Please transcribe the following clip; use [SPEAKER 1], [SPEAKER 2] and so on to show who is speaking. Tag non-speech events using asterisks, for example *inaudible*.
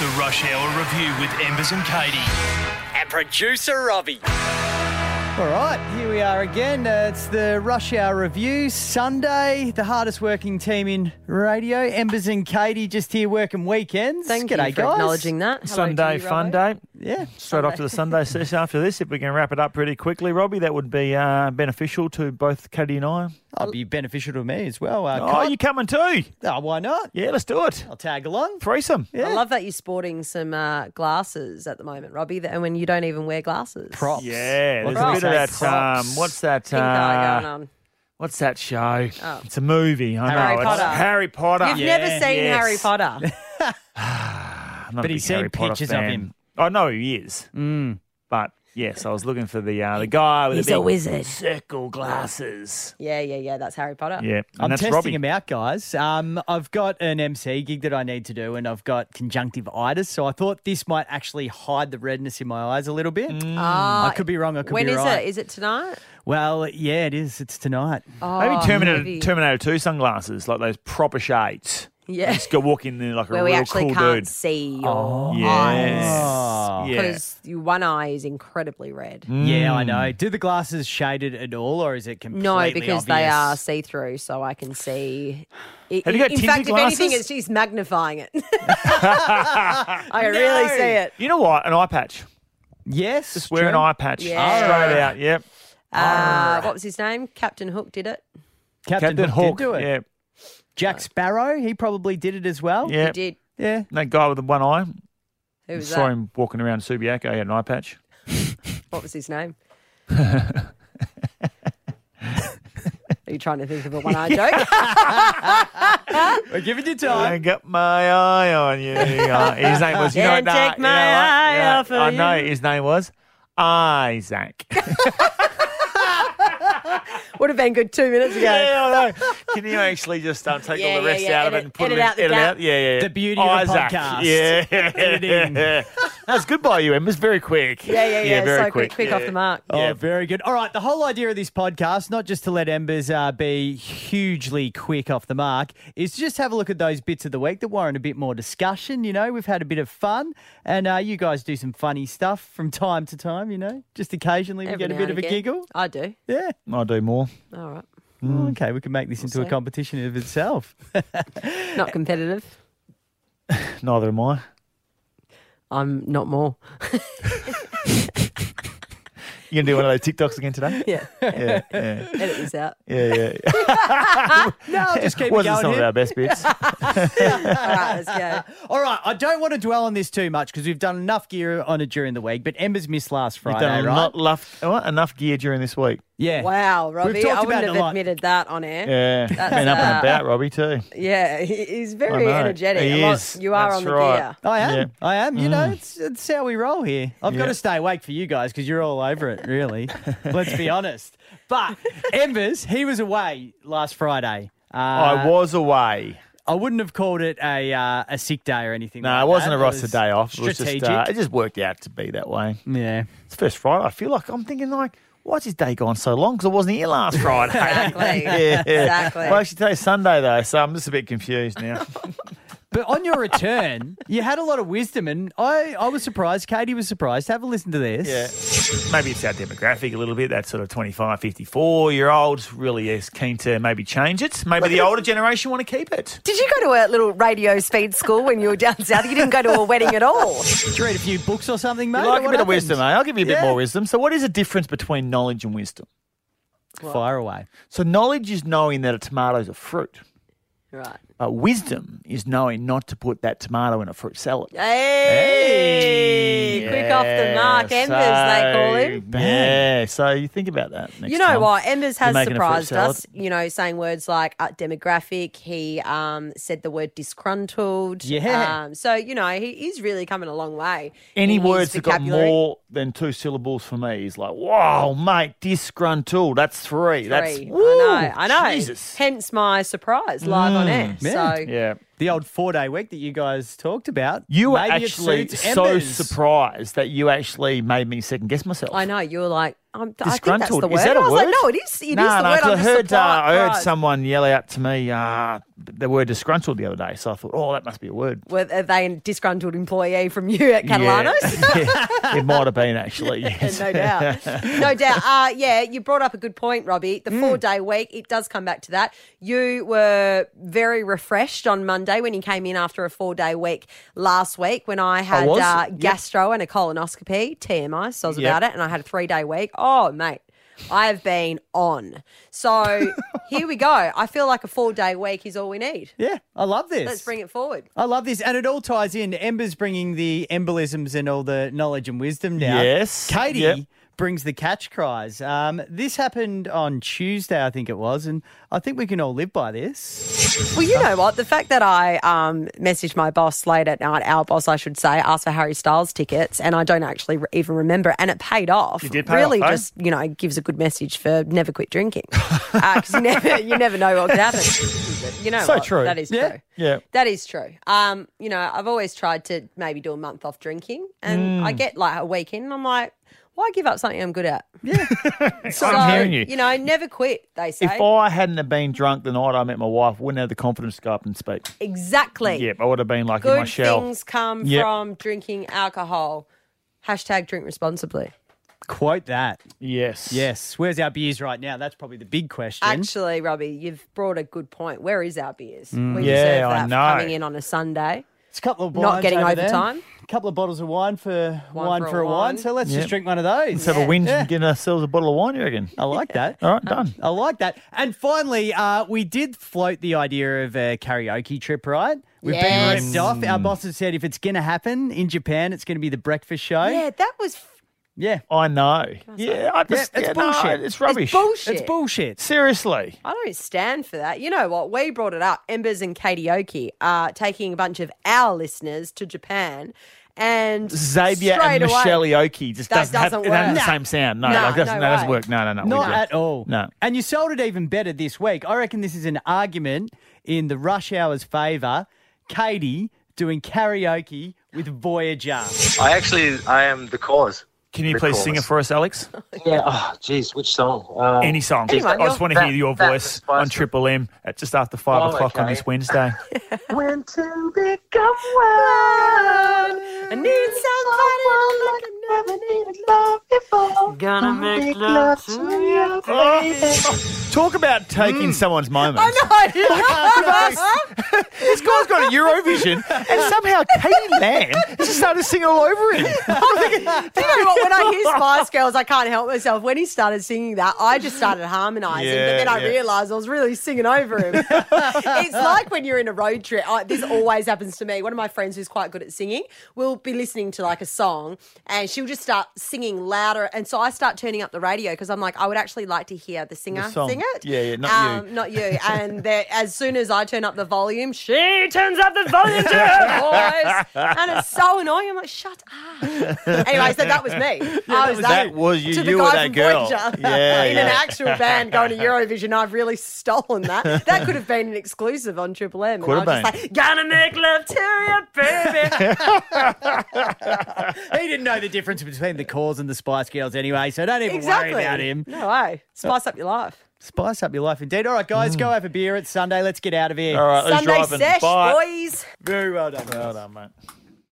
[SPEAKER 1] The Rush Hour Review with Embers and Katie.
[SPEAKER 2] and producer Robbie.
[SPEAKER 3] All right, here we are again. Uh, it's the Rush Hour Review, Sunday, the hardest working team in radio. Embers and Katie just here working weekends.
[SPEAKER 4] Thank
[SPEAKER 3] G'day,
[SPEAKER 4] you for
[SPEAKER 3] guys.
[SPEAKER 4] acknowledging that.
[SPEAKER 5] Sunday fun day.
[SPEAKER 3] Yeah.
[SPEAKER 5] Straight off to the
[SPEAKER 4] *laughs*
[SPEAKER 5] Sunday session after this. If we can wrap it up pretty quickly, Robbie, that would be uh, beneficial to both Katie and I.
[SPEAKER 3] That'd be beneficial to me as well. Uh,
[SPEAKER 5] Oh,
[SPEAKER 3] Cod-
[SPEAKER 5] you coming too?
[SPEAKER 3] oh, why not?
[SPEAKER 5] Yeah, let's do it.
[SPEAKER 3] I'll tag along.
[SPEAKER 5] Threesome.
[SPEAKER 3] Yeah.
[SPEAKER 4] I love that you're sporting some uh, glasses at the moment, Robbie, that, and when you don't even wear glasses.
[SPEAKER 3] Props.
[SPEAKER 5] Yeah,
[SPEAKER 3] What
[SPEAKER 5] there's
[SPEAKER 3] can
[SPEAKER 5] a
[SPEAKER 3] I
[SPEAKER 5] bit
[SPEAKER 3] say?
[SPEAKER 5] of that. Um,
[SPEAKER 3] Props.
[SPEAKER 5] what's that?
[SPEAKER 4] Pink eye going
[SPEAKER 5] Uh,
[SPEAKER 4] on.
[SPEAKER 5] what's that show?
[SPEAKER 4] Oh.
[SPEAKER 5] It's a movie. I
[SPEAKER 3] Harry
[SPEAKER 5] know. it's
[SPEAKER 4] Potter.
[SPEAKER 5] Harry Potter.
[SPEAKER 4] You've never seen
[SPEAKER 5] yes.
[SPEAKER 4] Harry Potter.
[SPEAKER 5] *laughs* I'm not a
[SPEAKER 3] But
[SPEAKER 5] big
[SPEAKER 3] he's seen
[SPEAKER 5] Harry Potter
[SPEAKER 3] pictures of
[SPEAKER 5] fan.
[SPEAKER 3] him.
[SPEAKER 5] I know he is. But yes, I was looking for the uh, the guy with
[SPEAKER 4] Mm. He's
[SPEAKER 5] the
[SPEAKER 4] a
[SPEAKER 5] big
[SPEAKER 4] wizard.
[SPEAKER 5] circle glasses.
[SPEAKER 4] Yeah, yeah, yeah. That's Harry Potter.
[SPEAKER 5] Yeah, and
[SPEAKER 3] I'm
[SPEAKER 5] that's
[SPEAKER 3] testing
[SPEAKER 5] Robbie.
[SPEAKER 3] him out, guys. Um, I've got an MC gig that I need to do, and I've got conjunctivitis, so I thought this might actually hide the redness in my eyes a little bit.
[SPEAKER 5] Mm.
[SPEAKER 4] Ah,
[SPEAKER 3] I could be wrong. I could
[SPEAKER 4] when
[SPEAKER 3] be
[SPEAKER 4] is
[SPEAKER 3] right.
[SPEAKER 4] it? Is it tonight?
[SPEAKER 3] Well, yeah, it is. It's tonight.
[SPEAKER 4] Oh,
[SPEAKER 5] Maybe Terminator,
[SPEAKER 4] maybe.
[SPEAKER 5] Terminator 2 sunglasses, like those proper shades.
[SPEAKER 4] Yeah.
[SPEAKER 5] Just go walk in there like a
[SPEAKER 4] Where we
[SPEAKER 5] real
[SPEAKER 4] actually
[SPEAKER 5] cool
[SPEAKER 4] can't
[SPEAKER 5] dude. Oh.
[SPEAKER 4] see your eyes.
[SPEAKER 5] Yes.
[SPEAKER 3] Oh.
[SPEAKER 5] Yeah.
[SPEAKER 4] Because your one eye is incredibly red.
[SPEAKER 3] Yeah, I
[SPEAKER 5] Hmm.
[SPEAKER 3] know. Do the glasses shaded at all, or is it completely
[SPEAKER 4] No, because they
[SPEAKER 3] obvious?
[SPEAKER 4] are see through, so I can see. I-
[SPEAKER 5] Have you got
[SPEAKER 4] in fact,
[SPEAKER 5] tinted
[SPEAKER 4] if anything,
[SPEAKER 5] glasses?
[SPEAKER 4] it's she's magnifying it. *laughs* I can really see it.
[SPEAKER 5] You know what? An eye patch.
[SPEAKER 3] Yes,
[SPEAKER 5] Just wear an
[SPEAKER 3] true.
[SPEAKER 5] eye patch.
[SPEAKER 4] Yeah.
[SPEAKER 5] Straight out. Yep.
[SPEAKER 4] Uh, what was his name? Captain Hook did it.
[SPEAKER 3] Captain,
[SPEAKER 5] Captain
[SPEAKER 3] Hook
[SPEAKER 5] Hawk.
[SPEAKER 3] did do it.
[SPEAKER 5] Yeah.
[SPEAKER 3] Jack Sparrow, he probably did it as well.
[SPEAKER 5] Yeah.
[SPEAKER 4] He did.
[SPEAKER 3] yeah.
[SPEAKER 5] That guy with the one eye.
[SPEAKER 4] Who was
[SPEAKER 5] Saw
[SPEAKER 4] that?
[SPEAKER 5] him walking around Subiaco. He had an eye patch.
[SPEAKER 4] What was his name? Are you trying to think of a one-eyed joke? *laughs*
[SPEAKER 3] We're giving you
[SPEAKER 5] I
[SPEAKER 3] time.
[SPEAKER 5] got my eye on
[SPEAKER 4] *laughs*
[SPEAKER 5] you. Uh, his name was. You know,
[SPEAKER 4] Can't
[SPEAKER 5] nah,
[SPEAKER 4] take
[SPEAKER 5] you
[SPEAKER 4] my
[SPEAKER 5] know what?
[SPEAKER 4] eye
[SPEAKER 5] Yeah,
[SPEAKER 4] off of
[SPEAKER 5] I know
[SPEAKER 4] you.
[SPEAKER 5] his name was Isaac.
[SPEAKER 4] Would have been good two *laughs* minutes ago.
[SPEAKER 5] Yeah, I know. Can you actually just um, take
[SPEAKER 4] Yeah,
[SPEAKER 5] all the
[SPEAKER 4] yeah,
[SPEAKER 5] rest
[SPEAKER 4] yeah.
[SPEAKER 5] out of it
[SPEAKER 4] Edit-
[SPEAKER 5] and put it
[SPEAKER 4] edit
[SPEAKER 5] in,
[SPEAKER 4] out the
[SPEAKER 5] edit
[SPEAKER 4] gap.
[SPEAKER 5] out? Yeah, yeah. yeah.
[SPEAKER 3] The beauty of a
[SPEAKER 5] Isaac.
[SPEAKER 3] podcast.
[SPEAKER 5] *laughs* Yeah. That's good by you, Em. It's very quick.
[SPEAKER 4] Yeah, yeah, yeah.
[SPEAKER 5] very
[SPEAKER 4] so quick, quick off
[SPEAKER 5] Yeah.
[SPEAKER 4] the mark.
[SPEAKER 3] Oh,
[SPEAKER 5] Yeah.
[SPEAKER 3] very good. All right, the whole idea of this podcast, not just to let Embers uh, be hugely quick off the mark, is to just have a look at those bits of the week that warrant a bit more discussion. You know, we've had a bit of fun, and uh, you guys do some funny stuff from time to time. You know, just occasionally we
[SPEAKER 4] Every
[SPEAKER 3] get a
[SPEAKER 4] now
[SPEAKER 3] bit of
[SPEAKER 4] and
[SPEAKER 3] a
[SPEAKER 4] again.
[SPEAKER 3] giggle.
[SPEAKER 4] I do.
[SPEAKER 3] Yeah.
[SPEAKER 5] I'll do more.
[SPEAKER 4] All right.
[SPEAKER 5] Hmm.
[SPEAKER 3] Okay, we can make this into a
[SPEAKER 4] see.
[SPEAKER 3] competition of itself.
[SPEAKER 4] Not competitive.
[SPEAKER 5] Neither am I.
[SPEAKER 4] I'm not more. *laughs*
[SPEAKER 5] You gonna do one of those TikToks again today?
[SPEAKER 4] Yeah.
[SPEAKER 5] Yeah, yeah,
[SPEAKER 4] Edit this out.
[SPEAKER 5] yeah. yeah, yeah.
[SPEAKER 3] *laughs* no, just keep it
[SPEAKER 5] Wasn't some
[SPEAKER 3] going.
[SPEAKER 5] of
[SPEAKER 3] Here.
[SPEAKER 5] our best bits.
[SPEAKER 4] All right,
[SPEAKER 5] *laughs*
[SPEAKER 4] let's go.
[SPEAKER 3] All right, I don't want to dwell on this too much because we've done enough gear on it during the week. But Embers missed last
[SPEAKER 5] You've
[SPEAKER 3] Friday,
[SPEAKER 5] done
[SPEAKER 3] right?
[SPEAKER 5] not luff, what? enough gear during this week.
[SPEAKER 3] yeah.
[SPEAKER 4] Wow, Robbie,
[SPEAKER 3] talked
[SPEAKER 4] I
[SPEAKER 3] about
[SPEAKER 4] wouldn't
[SPEAKER 3] it a
[SPEAKER 4] have
[SPEAKER 3] lot.
[SPEAKER 4] admitted that on air.
[SPEAKER 5] Yeah, been up and about, Robbie too.
[SPEAKER 4] Yeah, he- he's very
[SPEAKER 5] know.
[SPEAKER 4] energetic.
[SPEAKER 5] He
[SPEAKER 4] A lot-
[SPEAKER 5] is.
[SPEAKER 4] You are
[SPEAKER 5] That's
[SPEAKER 4] on the
[SPEAKER 5] right.
[SPEAKER 4] gear.
[SPEAKER 3] I am.
[SPEAKER 5] Yeah. Mm.
[SPEAKER 3] I am. You know, it's, it's how we roll here. I've got
[SPEAKER 5] Yeah.
[SPEAKER 3] to stay awake for you guys because you're all over
[SPEAKER 5] *laughs*
[SPEAKER 3] it, really. Let's be honest. But Embers, he was away last Friday. Uh,
[SPEAKER 5] I was away.
[SPEAKER 3] I wouldn't have called it a uh, a sick day or anything.
[SPEAKER 5] No,
[SPEAKER 3] like
[SPEAKER 5] it wasn't
[SPEAKER 3] that.
[SPEAKER 5] a roster
[SPEAKER 3] was
[SPEAKER 5] day off. It was
[SPEAKER 3] Strategic.
[SPEAKER 5] just uh, it just worked out to be that way.
[SPEAKER 3] yeah.
[SPEAKER 5] It's first Friday. I feel like I'm thinking like, why's this day gone so long? Because I wasn't here last Friday. *laughs*
[SPEAKER 3] *laughs*
[SPEAKER 4] Exactly.
[SPEAKER 5] yeah.
[SPEAKER 4] Exactly.
[SPEAKER 5] Well, actually, today's Sunday though, so I'm just a bit confused
[SPEAKER 3] *laughs*
[SPEAKER 5] now.
[SPEAKER 3] But on your return, you had a lot of wisdom, and I, I was surprised. Katie was surprised. Have a listen to this.
[SPEAKER 5] yeah. Maybe it's our demographic a little bit. That sort of 25, 54 year olds really is keen to maybe change it. Maybe the
[SPEAKER 3] *laughs*
[SPEAKER 5] older generation want to keep it.
[SPEAKER 4] Did you go to a little radio speed school when you were down south? You didn't go to a wedding at all.
[SPEAKER 3] Did you read a few books or something, mate?
[SPEAKER 5] You like a
[SPEAKER 3] What
[SPEAKER 5] bit of
[SPEAKER 3] happened?
[SPEAKER 5] wisdom, eh? I'll give you a
[SPEAKER 3] Yeah.
[SPEAKER 5] bit more wisdom. So, what is the difference between knowledge and wisdom?
[SPEAKER 3] Fire away.
[SPEAKER 5] So, knowledge is knowing that a tomato is a fruit,
[SPEAKER 4] Right.
[SPEAKER 5] but wisdom is knowing not to put that tomato in a fruit salad.
[SPEAKER 4] Hey, quick off the mark,
[SPEAKER 5] Yeah,
[SPEAKER 4] Embers, they call
[SPEAKER 5] so-
[SPEAKER 4] him.
[SPEAKER 5] Yeah, so you think about that. Next
[SPEAKER 4] You know
[SPEAKER 5] time.
[SPEAKER 4] what? Embers has
[SPEAKER 5] making a fruit
[SPEAKER 4] surprised
[SPEAKER 5] salad.
[SPEAKER 4] us. You know, saying words like uh, demographic. He um, said the word disgruntled.
[SPEAKER 3] Yeah.
[SPEAKER 4] Um, so you know, he is really coming a long way.
[SPEAKER 5] Any
[SPEAKER 4] in his
[SPEAKER 5] words that got
[SPEAKER 4] vocabulary.
[SPEAKER 5] more than two syllables for me is like, whoa, mate, disgruntled. That's three. That's
[SPEAKER 4] Three.
[SPEAKER 5] woo,
[SPEAKER 4] I know. I know.
[SPEAKER 5] Jesus. Mm.
[SPEAKER 4] Hence my surprise live on air.
[SPEAKER 3] yeah.
[SPEAKER 4] So
[SPEAKER 5] Yeah.
[SPEAKER 3] the old four day week that you guys talked about.
[SPEAKER 5] You were
[SPEAKER 3] Maybe it
[SPEAKER 5] actually
[SPEAKER 3] suits
[SPEAKER 5] so
[SPEAKER 3] Embers.
[SPEAKER 5] surprised that you actually made me second guess myself.
[SPEAKER 4] I know you were like, I'm, I think that's
[SPEAKER 5] Disgruntled.
[SPEAKER 4] the word.
[SPEAKER 5] Is that a
[SPEAKER 4] I was
[SPEAKER 5] word?
[SPEAKER 4] like, no, it is. It is
[SPEAKER 5] no,
[SPEAKER 4] the
[SPEAKER 5] no,
[SPEAKER 4] word.
[SPEAKER 5] 'cause
[SPEAKER 4] I'm
[SPEAKER 5] I
[SPEAKER 4] just
[SPEAKER 5] heard, uh,
[SPEAKER 4] surprised.
[SPEAKER 5] I heard someone yell out to me uh, the word disgruntled the other day, so I thought, oh, that must be a word.
[SPEAKER 4] Were are they a disgruntled employee from you at Catalanos?
[SPEAKER 5] Yeah. *laughs* Yeah, it might have been actually.
[SPEAKER 4] *laughs*
[SPEAKER 5] yes.
[SPEAKER 4] no doubt.
[SPEAKER 5] *laughs*
[SPEAKER 4] No doubt. Uh, yeah, you brought up a good point, Robbie.
[SPEAKER 5] Mm.
[SPEAKER 4] The four day week, it does come back to that. You were very refreshed on Monday when you came in after a four day week last week when I had
[SPEAKER 5] was?
[SPEAKER 4] uh,
[SPEAKER 5] Yep.
[SPEAKER 4] gastro and a colonoscopy, TMI, so I was
[SPEAKER 5] Yep.
[SPEAKER 4] about it, and I had a three day week. Oh, mate. I've been on.
[SPEAKER 5] *laughs*
[SPEAKER 4] So here we go. I feel like a four day week is all we need.
[SPEAKER 3] Yeah, I love this.
[SPEAKER 4] Let's bring it forward.
[SPEAKER 3] I love this, and it all ties in. Ember's bringing the embolisms and all the knowledge and wisdom now.
[SPEAKER 5] Yes.
[SPEAKER 3] Katie
[SPEAKER 5] Yep.
[SPEAKER 3] brings the catch cries. Um, this happened on Tuesday, I think it was, and I think we can all live by this.
[SPEAKER 4] Well, you know what? The fact that I um, messaged my boss late at night, our boss, I should say, asked for Harry Styles tickets, and I don't actually re- even remember, and it paid off.
[SPEAKER 5] did pay
[SPEAKER 4] really
[SPEAKER 5] off, eh?
[SPEAKER 4] just, you know, gives a good message for never quit drinking. Because you, never, *laughs* you never know what could happen. You know
[SPEAKER 5] So
[SPEAKER 4] what?
[SPEAKER 5] true.
[SPEAKER 4] That is
[SPEAKER 3] Yeah.
[SPEAKER 4] true.
[SPEAKER 5] Yeah.
[SPEAKER 4] That is true. Um, you know, I've always tried to maybe do a month off drinking, and
[SPEAKER 5] Mm.
[SPEAKER 4] I get like a week in, and I'm like, why give up something I'm good at? Yeah. so,
[SPEAKER 5] I'm hearing you.
[SPEAKER 4] You know, never quit, they say.
[SPEAKER 5] If I hadn't have been drunk the night I met my wife, wouldn't have the confidence to go up and speak.
[SPEAKER 4] exactly.
[SPEAKER 5] Yep, I would have been like in my
[SPEAKER 4] good
[SPEAKER 5] shell.
[SPEAKER 4] things come
[SPEAKER 5] Yep.
[SPEAKER 4] from drinking alcohol. Hashtag drink responsibly.
[SPEAKER 3] Quote that.
[SPEAKER 5] Yes.
[SPEAKER 3] Yes. Where's our beers right now? That's probably the big question.
[SPEAKER 4] Actually, Robbie, you've brought a good point. Where is our beers? we
[SPEAKER 5] Mm. Yeah,
[SPEAKER 4] deserve
[SPEAKER 5] I
[SPEAKER 4] that for
[SPEAKER 5] know.
[SPEAKER 4] coming in on a Sunday.
[SPEAKER 3] it's a couple of
[SPEAKER 4] not
[SPEAKER 3] wines
[SPEAKER 4] getting
[SPEAKER 3] over
[SPEAKER 4] overtime.
[SPEAKER 3] There. A couple of bottles of wine for wine, for, a wine. So let's
[SPEAKER 5] Yep.
[SPEAKER 3] just drink one of those.
[SPEAKER 5] Let's have a whinge and get ourselves a bottle of wine, you reckon?
[SPEAKER 3] I like that.
[SPEAKER 5] All right, done.
[SPEAKER 3] I like that. And finally, uh, we did float the idea of a karaoke trip, right? We've
[SPEAKER 4] Yes.
[SPEAKER 3] been ripped off.
[SPEAKER 5] Mm.
[SPEAKER 3] Our boss has said if it's going to happen in Japan, it's going to be the breakfast show.
[SPEAKER 4] Yeah, that was f-
[SPEAKER 3] Yeah.
[SPEAKER 5] I know. Yeah, I just,
[SPEAKER 3] it's
[SPEAKER 5] yeah, no,
[SPEAKER 3] bullshit.
[SPEAKER 5] it's rubbish.
[SPEAKER 4] bullshit.
[SPEAKER 3] It's bullshit.
[SPEAKER 5] Seriously.
[SPEAKER 4] I don't stand for that. You know what? We brought it up. Embers and Katie Oki are taking a bunch of our listeners to Japan, and
[SPEAKER 5] Xavier
[SPEAKER 4] straight
[SPEAKER 5] and
[SPEAKER 4] away-
[SPEAKER 5] Michelle Ioki just
[SPEAKER 4] That
[SPEAKER 5] doesn't, have,
[SPEAKER 4] doesn't
[SPEAKER 5] it doesn't have
[SPEAKER 4] work.
[SPEAKER 5] the same sound. No,
[SPEAKER 4] No,
[SPEAKER 5] like, doesn't,
[SPEAKER 4] no
[SPEAKER 5] that doesn't
[SPEAKER 4] way.
[SPEAKER 5] work. No, no, no. we
[SPEAKER 3] Not
[SPEAKER 5] do.
[SPEAKER 3] at all.
[SPEAKER 5] No.
[SPEAKER 3] And you sold it even better this week. I reckon this is an argument in the rush hour's favour. Katie doing karaoke with Voyager.
[SPEAKER 6] I actually, I am the cause.
[SPEAKER 5] Can you
[SPEAKER 6] The
[SPEAKER 5] please
[SPEAKER 6] cause.
[SPEAKER 5] sing it for us, Alex?
[SPEAKER 6] Yeah. Oh, geez, which song? Um,
[SPEAKER 5] Any song.
[SPEAKER 4] Anyone,
[SPEAKER 5] I just want to
[SPEAKER 6] that-
[SPEAKER 5] hear your
[SPEAKER 6] that
[SPEAKER 5] voice
[SPEAKER 6] was
[SPEAKER 5] on
[SPEAKER 6] Spice
[SPEAKER 5] Triple M at just after five
[SPEAKER 6] Oh,
[SPEAKER 5] o'clock on
[SPEAKER 6] okay.
[SPEAKER 5] this Wednesday.
[SPEAKER 6] When to become one.
[SPEAKER 4] I need somebody to look at
[SPEAKER 6] Never needed love before. Gonna make love to you.
[SPEAKER 5] Oh, *laughs* Mm. talk about taking someone's moment. *laughs*
[SPEAKER 4] I *laughs* know.
[SPEAKER 5] This guy's got a Eurovision, and somehow Katie Lamb has just started singing all over him.
[SPEAKER 4] *laughs* Do you know what? When I hear Spice Girls, I can't help myself. When he started singing that, I just started harmonising, but
[SPEAKER 5] Yeah,
[SPEAKER 4] then I
[SPEAKER 5] yeah.
[SPEAKER 4] realised I was really singing
[SPEAKER 5] *laughs*
[SPEAKER 4] over him. it's like when you're in a road trip. I, this always happens to me. One of my friends who's quite good at singing will be listening to like a song, and she'll just start singing louder, and so I start turning up the radio because I'm like, I would actually like to hear the singer
[SPEAKER 5] song.
[SPEAKER 4] sing it.
[SPEAKER 5] Yeah, yeah, not
[SPEAKER 4] um,
[SPEAKER 5] you.
[SPEAKER 4] not you. And that- as soon as I turn up the volume, she turns up the
[SPEAKER 5] *laughs*
[SPEAKER 4] volume to her voice, and it's so annoying. I'm like, shut up. Anyway,
[SPEAKER 5] *laughs*
[SPEAKER 4] so that was me. I was
[SPEAKER 5] that
[SPEAKER 4] that
[SPEAKER 5] was you-
[SPEAKER 4] to the
[SPEAKER 5] you
[SPEAKER 4] guy
[SPEAKER 5] were that
[SPEAKER 4] from
[SPEAKER 5] girl.
[SPEAKER 4] Voyager. *laughs*
[SPEAKER 5] Yeah,
[SPEAKER 4] in an
[SPEAKER 5] yeah.
[SPEAKER 4] actual band going to Eurovision. I've really stolen that. That could have been an exclusive on Triple M.
[SPEAKER 5] Could
[SPEAKER 4] and I
[SPEAKER 5] have
[SPEAKER 4] was just like, gonna make love to you,
[SPEAKER 5] *laughs*
[SPEAKER 4] baby.
[SPEAKER 3] He didn't know the difference between the cause and the Spice Girls anyway, so don't even
[SPEAKER 4] exactly.
[SPEAKER 3] worry about him.
[SPEAKER 4] No way. Spice up your life.
[SPEAKER 3] Spice up your life indeed. All right, guys, go have a beer. It's Sunday. Let's get out of here.
[SPEAKER 5] All right, Uh, who's
[SPEAKER 4] Sunday
[SPEAKER 5] driving?
[SPEAKER 4] sesh,
[SPEAKER 5] Bye.
[SPEAKER 4] boys.
[SPEAKER 3] Very well done.
[SPEAKER 5] Well done, mate.